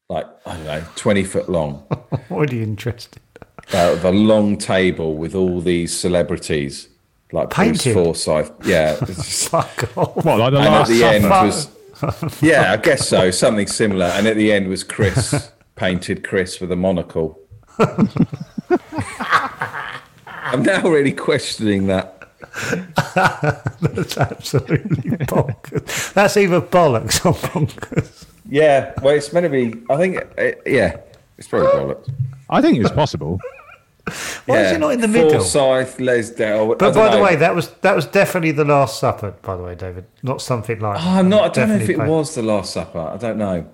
S2: like, I don't know, 20 foot long,
S1: already interested.
S2: about the long table with all these celebrities, like
S1: Painted?
S2: Bruce Forsyth. Yeah. it's just-
S1: Fuck off.
S5: What, like the
S2: and at
S5: last?
S2: the end
S1: fuck.
S2: was, yeah, I guess so, something similar. And at the end was Chris, painted Chris with a monocle. I'm now really questioning that.
S1: That's absolutely bonkers. That's either bollocks or bonkers.
S2: Yeah, well, it's meant to be. I think, uh, yeah, it's probably bollocks.
S5: I think it's possible.
S1: Why
S2: yeah.
S1: is it not in the middle?
S2: Forsyth, Lesdell.
S1: But by the way, that was that was definitely the Last Supper. By the way, David, not something like.
S2: oh, I'm not. I don't know if
S1: Definitely
S2: it
S1: played-
S2: was the Last Supper. I don't know.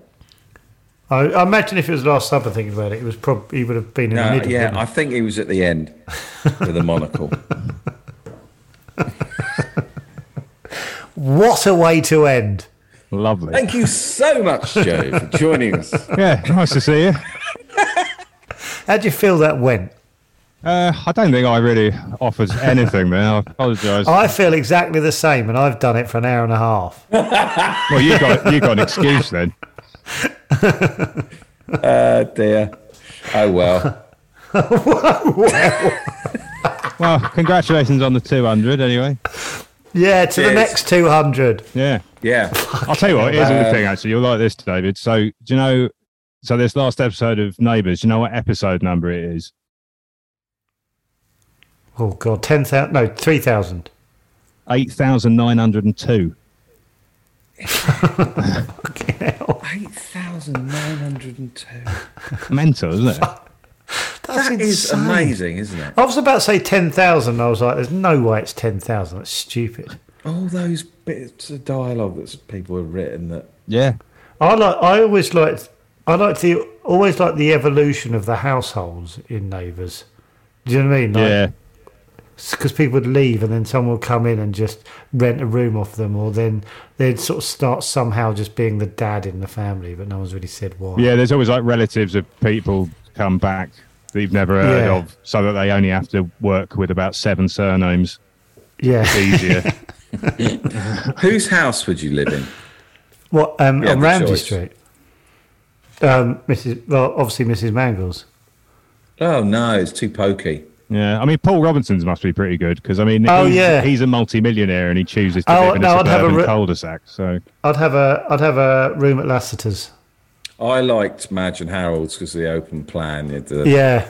S1: I, I imagine if it was Last Supper, thinking about it, it was probably he would have been in the
S2: No,
S1: middle.
S2: yeah,
S1: wouldn't
S2: I think he was at the end with a monocle.
S1: he? What a way to end!
S5: Lovely.
S2: Thank you so much, Joe, for joining us.
S5: Yeah, nice to see you.
S1: How do you feel that went?
S5: Uh, I don't think I really offered anything there. I apologise.
S1: I feel exactly the same, and I've done it for an hour and a half.
S5: Well, you got you got an excuse then.
S2: Oh dear. Oh well.
S5: Well, congratulations on the 200 anyway.
S1: Yeah, to the
S2: Cheers.
S1: next two hundred.
S5: Yeah.
S2: Yeah.
S5: I'll tell you what, here's the thing actually. You'll like this, David. So, do you know? So, this last episode of Neighbours, do you know what episode number it is?
S1: Oh god, ten thousand? No, three thousand.
S5: 8,902.
S2: Eight thousand nine hundred and two.
S5: Mental, isn't it?
S1: That's
S2: That is
S1: insane.
S2: amazing, isn't it?
S1: I was about to say ten thousand. I was like, "There's no way it's ten thousand. That's stupid."
S2: All those bits of dialogue that people have written that
S5: Yeah.
S1: I like. I always liked. I like the always like the evolution of the households in Neighbours. Do you know what I mean? Like,
S5: Yeah.
S1: Because people would leave and then someone would come in and just rent a room off them, or then they'd sort of start somehow just being the dad in the family, but no one's really said why.
S5: Yeah, there's always like relatives of people come back that you've never heard
S1: Yeah.
S5: of, so that they only have to work with about seven surnames.
S1: Yeah.
S5: Easier.
S2: Whose house would you live in?
S1: What? Um,
S2: Yeah,
S1: on
S2: the
S1: Ramsey
S2: choice.
S1: Street. Um, Mrs. Well, obviously Mrs. Mangles.
S2: Oh no, it's too pokey.
S5: Yeah, I mean Paul Robinson's must be pretty good because I mean,
S1: Oh,
S5: he's,
S1: yeah.
S5: he's a multimillionaire and he chooses to
S1: Oh,
S5: live in
S1: no,
S5: a
S1: I'd have a
S5: suburban
S1: re-
S5: cul-de-sac. So
S1: I'd have a I'd have a room at Lassiter's.
S2: I liked Madge and Harold's because of the open plan. It, uh,
S1: Yeah,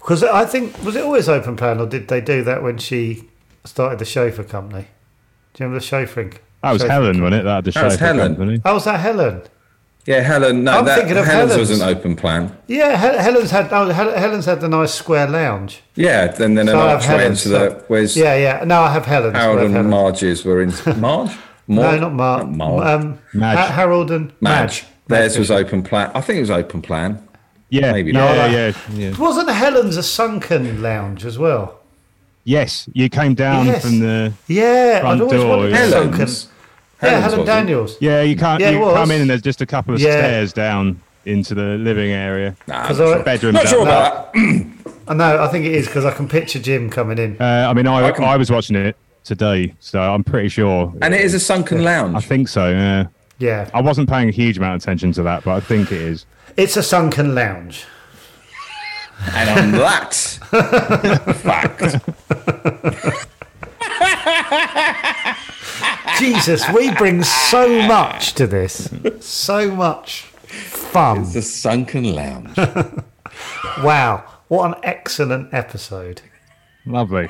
S1: because I think was it always open plan, or did they do that when she started the chauffeur company? Do you remember the chauffeuring?
S5: that was
S1: chauffeur-
S5: Helen, wasn't Oh, it? That had the
S2: That was
S5: chauffeur
S2: Helen.
S5: company.
S1: Oh, was that Helen?
S2: Yeah, Helen. No,
S1: I'm
S2: that,
S1: thinking of
S2: Helen's,
S1: Helen's.
S2: was an open plan.
S1: Yeah, Hel- Helen's had oh, Hel- Helen's had the nice square lounge.
S2: Yeah, and then an
S1: So I have
S2: archway
S1: Helen's,
S2: into the.
S1: so-
S2: Where's
S1: Yeah, yeah. No, I have Helen's.
S2: Harold
S1: I have
S2: and
S1: Helen's.
S2: Marge's were in. Marge?
S1: No, not Mark.
S2: Marge.
S1: Um,
S5: Madge.
S1: Ha- Harold and
S2: Madge.
S1: Madge.
S2: Theirs was open plan. I think it was open plan.
S5: Yeah,
S2: Maybe
S5: yeah,
S2: not.
S5: yeah, yeah, yeah.
S1: Wasn't Helen's a sunken lounge as well?
S5: Yes, you came down
S1: Yes.
S5: from the.
S1: Yeah,
S5: Front
S1: I'd always
S5: door,
S1: wanted
S5: yeah.
S1: a sunken.
S2: Helen's.
S1: yeah,
S2: Helen's
S1: Helen
S2: wasn't.
S1: Daniels.
S5: Yeah, you can't.
S1: Yeah, it
S5: you
S1: was.
S5: come in and there's just a couple of
S1: Yeah.
S5: stairs down into the living area.
S2: Nah,
S1: 'Cause
S2: not
S1: I-
S2: sure.
S5: Bedroom.
S2: Not
S5: down
S2: sure
S5: there.
S2: about that.
S1: I know. I think it is because I can picture Jim coming in.
S5: Uh, I mean, I,
S2: I
S5: I,
S2: can-
S5: was watching it today, so I'm pretty sure.
S2: And it is a sunken
S5: I
S2: lounge.
S5: think so. Yeah,
S1: Yeah,
S5: I wasn't paying a huge amount of attention to that, but I think it is.
S1: it's a sunken lounge.
S2: And on that fact,
S1: Jesus, we bring so much to this. So much fun.
S2: the sunken lounge.
S1: Wow. What an excellent episode.
S5: Lovely.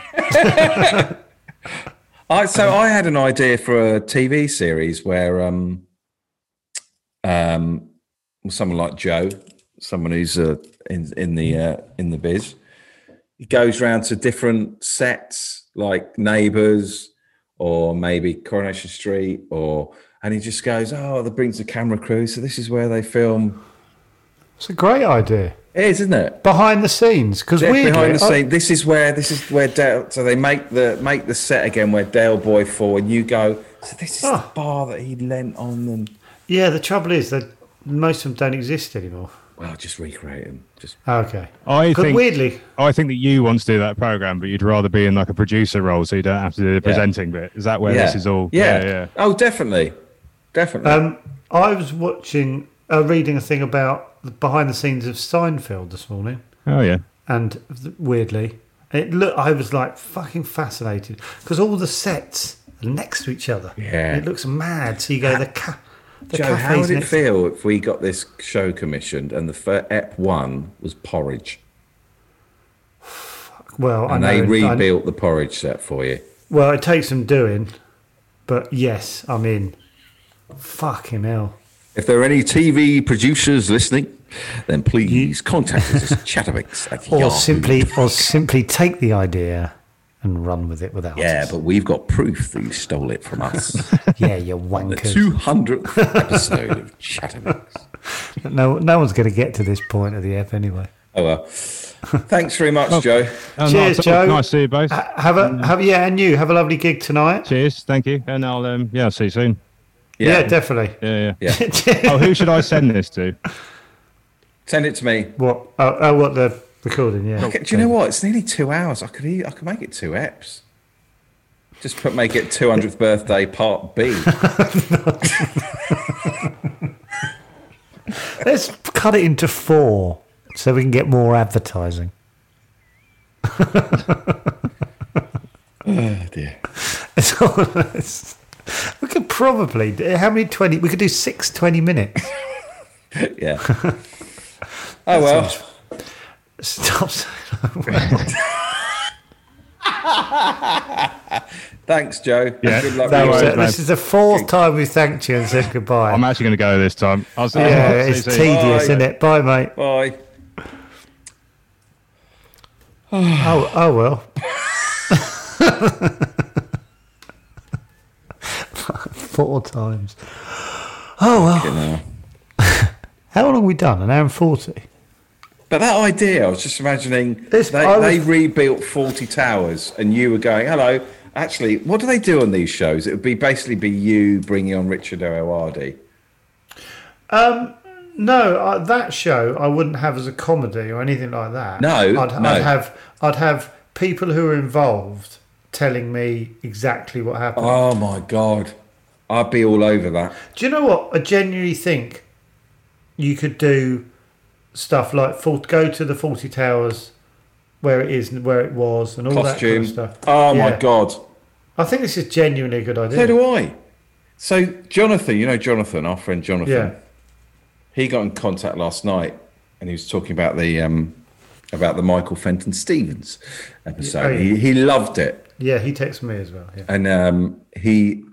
S2: I, so I had an idea for a TV series where um, um, someone like Joe, someone who's uh, in in the uh, in the biz, he goes round to different sets like Neighbours or maybe Coronation Street, or and he just goes, oh, that brings the camera crew. So this is where they film.
S1: It's a great idea.
S2: It is, isn't it?
S1: Behind the scenes, because
S2: Yeah,
S1: we Oh,
S2: behind the scene. This is where this is where Dale. So they make the make the set again where Dale Boy Four and you go. So this is the
S1: Oh.
S2: bar that he lent on and
S1: yeah, the trouble is that most of them don't exist anymore.
S2: well, just recreate him. Just
S1: Okay.
S5: I
S1: 'Cause
S5: think
S1: weirdly,
S5: I think that you want to do that program, but you'd rather be in like a producer role, so you don't have to do the presenting bit. Is that where this is all?
S2: Yeah.
S5: yeah. yeah.
S2: Oh, definitely, definitely.
S1: um, I was watching, uh, reading a thing about the behind the scenes of Seinfeld this morning.
S5: Oh yeah.
S1: and th- weirdly, it look I was like fucking fascinated because all the sets are next to each other.
S2: Yeah.
S1: it looks mad. So you go the ca- the
S2: Joe,
S1: cafes
S2: how would it
S1: next-
S2: feel if we got this show commissioned and the first ep one was porridge
S1: Well,
S2: and
S1: I
S2: they
S1: know, I-
S2: rebuilt the porridge set for you?
S1: well, it takes some doing, but yes, I'm in. Fucking hell.
S2: If there are any TV producers listening, then please contact us at chatterbox at
S1: Or
S2: Yahoo.
S1: simply, or simply take the idea and run with it without.
S2: Yeah,
S1: us.
S2: but we've got proof that you stole it from us.
S1: yeah, you're
S2: the
S1: wankers.
S2: 200th episode of Chatterbox.
S1: No, no one's going to get to this point of the app anyway.
S2: Oh, well. Thanks very much, Joe.
S5: Oh,
S1: Cheers,
S5: nice,
S1: Joe. Uh,
S5: Nice to see you both.
S1: Ha- Have
S2: Mm.
S1: a have yeah, and you have a lovely gig tonight.
S5: Cheers. Thank you. And I'll um, yeah, I'll see you soon.
S1: Yeah, definitely.
S5: Yeah, yeah.
S1: Yeah.
S5: oh, who should I send this to?
S2: Send it to me.
S1: What? Oh, oh what the recording? Yeah.
S2: Okay, do you know what? It's nearly two hours. I could e- I could make it two eps. Just put make it 200th birthday part B.
S1: Let's cut it into four so we can get more advertising.
S2: Oh, dear.
S1: It's all- it's- we could probably do- how many twenty? We could do six 20 minutes.
S2: Yeah. Oh well.
S1: Stop. saying-
S2: Thanks, Joe.
S5: Yeah,
S2: Good luck.
S5: no
S2: with
S5: worries,
S2: your-
S1: So
S5: man.
S1: this is the fourth time we thanked you and said goodbye.
S5: I'm actually going to go this time. I'll see
S1: yeah,
S5: I'll see
S1: it's
S5: you soon.
S1: tedious,
S2: Bye.
S1: isn't it? Bye, mate.
S2: Bye.
S1: Oh, oh well. Four times. Oh well.
S2: You know.
S1: How long have we done? An hour and forty.
S2: But that idea, I was just imagining
S1: This-
S2: they,
S1: I
S2: they
S1: was-
S2: rebuilt 40 towers and you were going, hello, actually, what do they do on these shows? It would be basically be you bringing on Richard Oardi.
S1: No, uh, that show I wouldn't have as a comedy or anything like that.
S2: No,
S1: I'd,
S2: no.
S1: I'd have I'd have people who are involved telling me exactly what happened.
S2: Oh my God. I'd be all over that.
S1: Do you know what? I genuinely think you could do stuff like for, go to the Forty Towers where it is and where it was and all
S2: costume.
S1: that kind of stuff.
S2: Oh my
S1: Yeah.
S2: god.
S1: I think this is genuinely a good idea.
S2: So do I. So Jonathan, you know Jonathan, our friend Jonathan.
S1: Yeah.
S2: He got in contact last night and he was talking about the um about the Michael Fenton Stevens episode.
S1: Oh, yeah.
S2: He he loved it.
S1: Yeah, he texted me as well. Yeah.
S2: and um, he,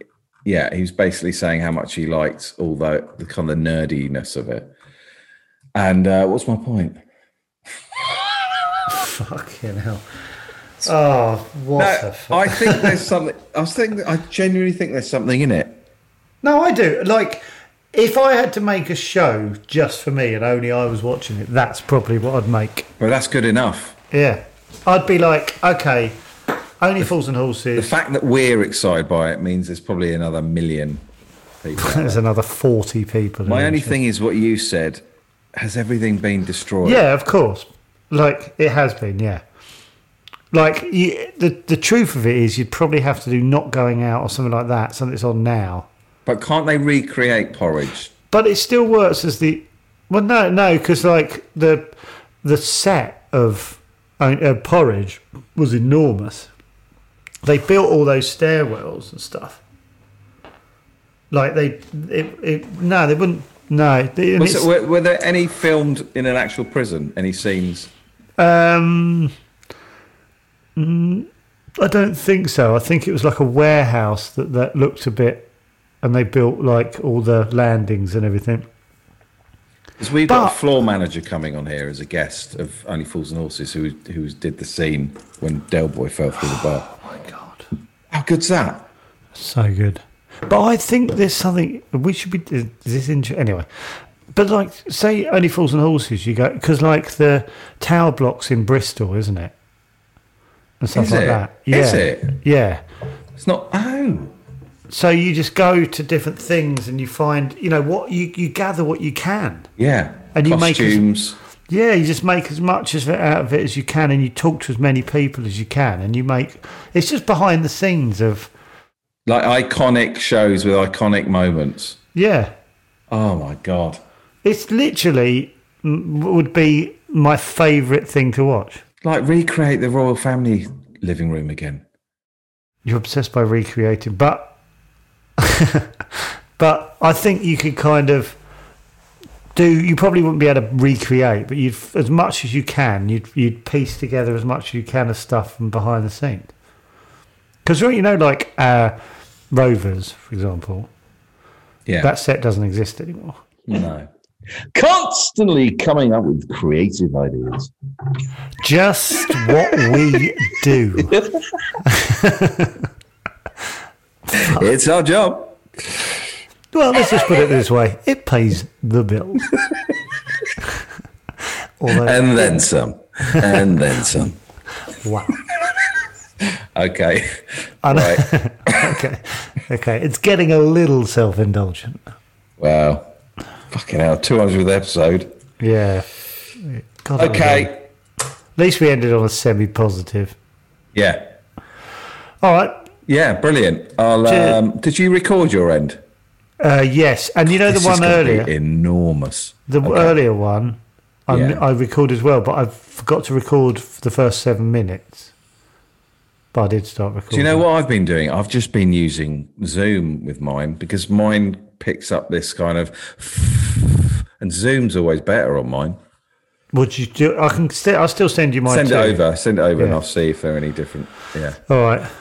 S2: yeah, he was basically saying how much he liked all the, the kind of nerdiness of it. And uh, what's my point?
S1: Fucking hell. Oh, what
S2: No,
S1: the fuck.
S2: Uh, I think there's something. I was thinking. I genuinely think there's something in it.
S1: No, I do. Like, if I had to make a show just for me and only I was watching it, that's probably what I'd make.
S2: But that's good enough.
S1: Yeah. I'd be like, okay, only Fools and
S2: The
S1: Horses.
S2: fact that we're excited by it means there's probably another million
S1: Mm,
S2: people.
S1: There's another 40 people. in
S2: my
S1: it.
S2: only thing is what you said. Has everything been destroyed?
S1: Yeah, of course. Like, it has been, yeah. Like, you, the, the truth of it is, you'd probably have to do Not Going Out or something like that, something that's on now.
S2: But can't they recreate porridge?
S1: but it still works as the well no no because like the the set of uh, uh, porridge was enormous they built all those stairwells and stuff like they it, it no they wouldn't no they, and
S2: Was
S1: it's-
S2: it, were, were there any filmed in an actual prison? Any scenes?
S1: Um, mm, I don't think so. I think it was like a warehouse that, that looked a bit, and they built like all the landings and everything.
S2: Because we've got
S1: But-
S2: a floor manager coming on here as a guest of Only Fools and Horses, who who did the scene when Del Boy fell through the bar.
S1: Oh my god,
S2: How good's that?
S1: so good. But I think there's something we should be. Is this inter- anyway? But like, say only fools and horses. You go because like the tower blocks in Bristol, isn't it? And stuff
S2: Is
S1: like
S2: it?
S1: that. Yeah.
S2: Is it?
S1: Yeah.
S2: It's not. Oh,
S1: So you just go to different things and you find, you know, what you, you gather what you can.
S2: yeah.
S1: And you make us-
S2: costumes.
S1: Yeah, you just make as much as out of it as you can, and you talk to as many people as you can, and you make. It's just behind the scenes of
S2: like iconic shows with iconic moments.
S1: yeah.
S2: Oh my god!
S1: It's literally mm, would be my favourite thing to watch.
S2: Like recreate the royal family living room again.
S1: You're obsessed by recreating, but but I think you could kind of do. You probably wouldn't be able to recreate, but you'd as much as you can. You'd you'd piece together as much as you can of stuff from behind the scenes. Because you know, like uh, Rovers, for example,
S2: Yeah.
S1: that set doesn't exist anymore.
S2: no. Constantly coming up with creative ideas.
S1: Just what we do.
S2: It's our job.
S1: Well, let's just put it this way: it pays the bills. Although,
S2: And then some. And then some.
S1: wow.
S2: Okay.
S1: I know.
S2: Right.
S1: okay. Okay. It's getting a little self indulgent.
S2: Wow. Fucking hell, 200th episode.
S1: Yeah. God, that was a-
S2: Okay.
S1: At least we ended on a semi positive.
S2: Yeah.
S1: All right.
S2: Yeah, brilliant. I'll,
S1: Cheers.
S2: um, did you record your end?
S1: Uh, yes. And you know
S2: This
S1: the
S2: is
S1: one
S2: gonna
S1: earlier?
S2: Be enormous.
S1: The earlier one I,
S2: Yeah.
S1: I recorded as well, but I forgot to record f- the first seven minutes. But I did start recording.
S2: Do you know what I've been doing? I've just been using Zoom with mine because mine picks up this kind of and Zoom's always better on mine.
S1: Would you do? I can still. I'll still send you mine.
S2: Send it
S1: too.
S2: over. Send it over and
S1: Yeah.
S2: I'll see if they're any different. Yeah.
S1: All right.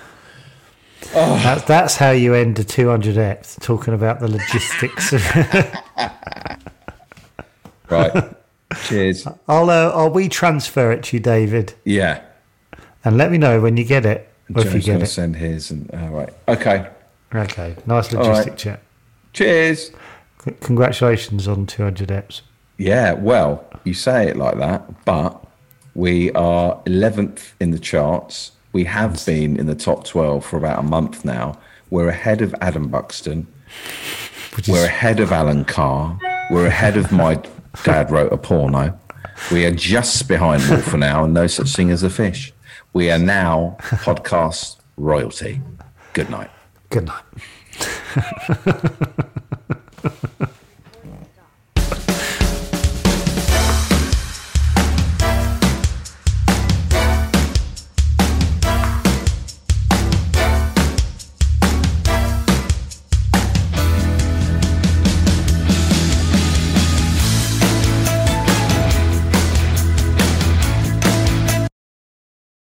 S2: Oh.
S1: That, that's how you end a 200 eps talking about the logistics.
S2: Right. Cheers.
S1: I'll, uh, I'll we transfer it to you, David,
S2: Yeah.
S1: and let me know when you get it or if you
S2: Joe's
S1: get
S2: going to
S1: it.
S2: send his and all right. Okay.
S1: Okay, nice
S2: right.
S1: logistic chat.
S2: Cheers.
S1: C- congratulations on 200 eps.
S2: Yeah, well, you say it like that, but we are 11th in the charts. We have been in the top 12 for about a month now. We're ahead of Adam Buxton.
S1: Which
S2: We're
S1: is,
S2: ahead of Alan Carr. We're ahead of my dad wrote a porno. We are just behind Wolf for now and no such thing as a fish. We are now podcast royalty. Good night.
S1: good night.